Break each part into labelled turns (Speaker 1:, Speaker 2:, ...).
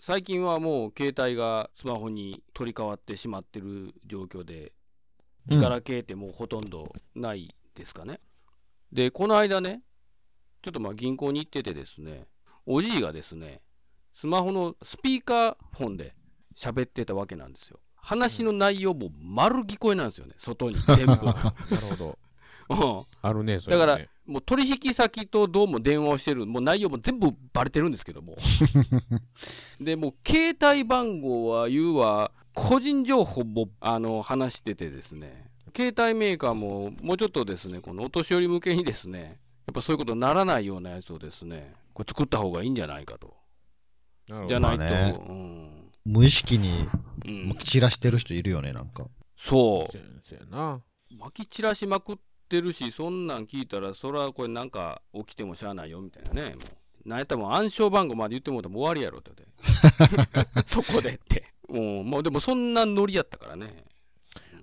Speaker 1: 最近はもう携帯がスマホに取り替わってしまってる状況で、
Speaker 2: うん
Speaker 1: ガラケーってもうほとんどないですかね。で、この間ね、ちょっとまあ銀行に行っててですね、おじいがですね、スマホのスピーカーフォンで喋ってたわけなんですよ。話の内容も丸聞こえなんですよね、外に全部。
Speaker 3: なるほど。
Speaker 1: うん
Speaker 3: あるね、それ
Speaker 1: だ
Speaker 3: ね
Speaker 1: から、もう取引先とどうも電話をしてる、もう内容も全部バレてるんですけども。で、もう携帯番号は言うは、個人情報もあの話しててですね、携帯メーカーももうちょっとですね、このお年寄り向けにですね、やっぱそういうことにならないようなやつをですね、これ作った方がいいんじゃないかと。
Speaker 3: なるほど
Speaker 1: じゃないと、
Speaker 2: まあね
Speaker 1: うん
Speaker 2: 無意識に
Speaker 1: うん
Speaker 2: 散らしてる人いるよね、なんか。
Speaker 1: そう。
Speaker 3: そうやそうやな。
Speaker 1: 撒き散らしまくってるしそんなん聞いたらそらこれなんか起きてもしゃあないよみたいなねもうなんやったらもう暗証番号まで言ってもうたらもう終わりやろって言 うてそこでってもう、まあ、でもそんなノリやったからね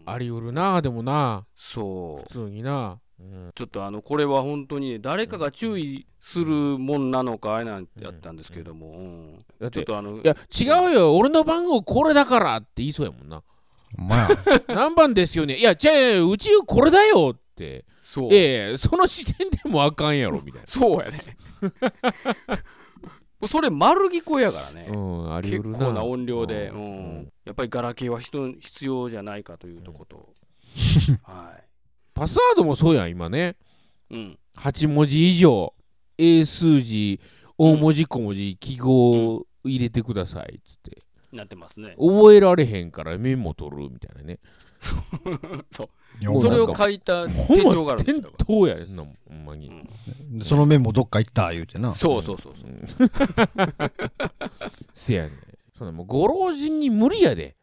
Speaker 3: あり得るな、でもな、
Speaker 1: そう
Speaker 3: 普通にな。うん。
Speaker 1: ちょっとあのこれは本当にね誰かが注意するもんなのかあれなんやったんですけども、うん
Speaker 3: だっ、
Speaker 1: ちょってとあの
Speaker 3: いや、違うよ、俺の番号これだからって言いそうやも んな。
Speaker 2: まあ、
Speaker 3: 何番ですよね。いや、じゃあ、うちこれだよって。
Speaker 1: そう
Speaker 3: ええ、その時点でもあかんや ろ、みたい
Speaker 1: そうやねそれ丸聞こえやからね、
Speaker 3: な。うん、あり
Speaker 1: 結
Speaker 3: 得るな。
Speaker 1: 構な音量で、う
Speaker 3: うん
Speaker 1: ん
Speaker 3: うん
Speaker 1: やっぱりガラケーは人必要じゃないかというとこと、は
Speaker 3: パスワードもそうやん、今ね。
Speaker 1: い、うん、
Speaker 3: 8文字以上、英数字、大文字、小文字、記号入れてください、つって。
Speaker 1: なってますね。
Speaker 3: 覚えられへんからメモ取るみたいなね。
Speaker 2: よ
Speaker 3: お
Speaker 2: う
Speaker 1: それ
Speaker 2: な
Speaker 1: を
Speaker 2: んか
Speaker 1: 書いた
Speaker 3: ほ
Speaker 1: 手
Speaker 3: ぼ
Speaker 1: 帳があるんです
Speaker 3: 店
Speaker 1: よ。
Speaker 3: 頭やでそんなもん、ほんまに。
Speaker 2: その面もどっか行った言うてな。
Speaker 1: そうそうそうそう。
Speaker 3: せやね。そんなもうご老人に無理やで。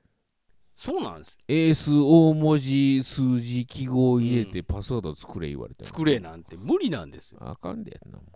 Speaker 1: そうなんです。
Speaker 3: 英数、大文字、数字、記号入れてパスワード作れ言われても。
Speaker 1: 作れなんて無理なんですよ。
Speaker 3: あかんで、そんなもん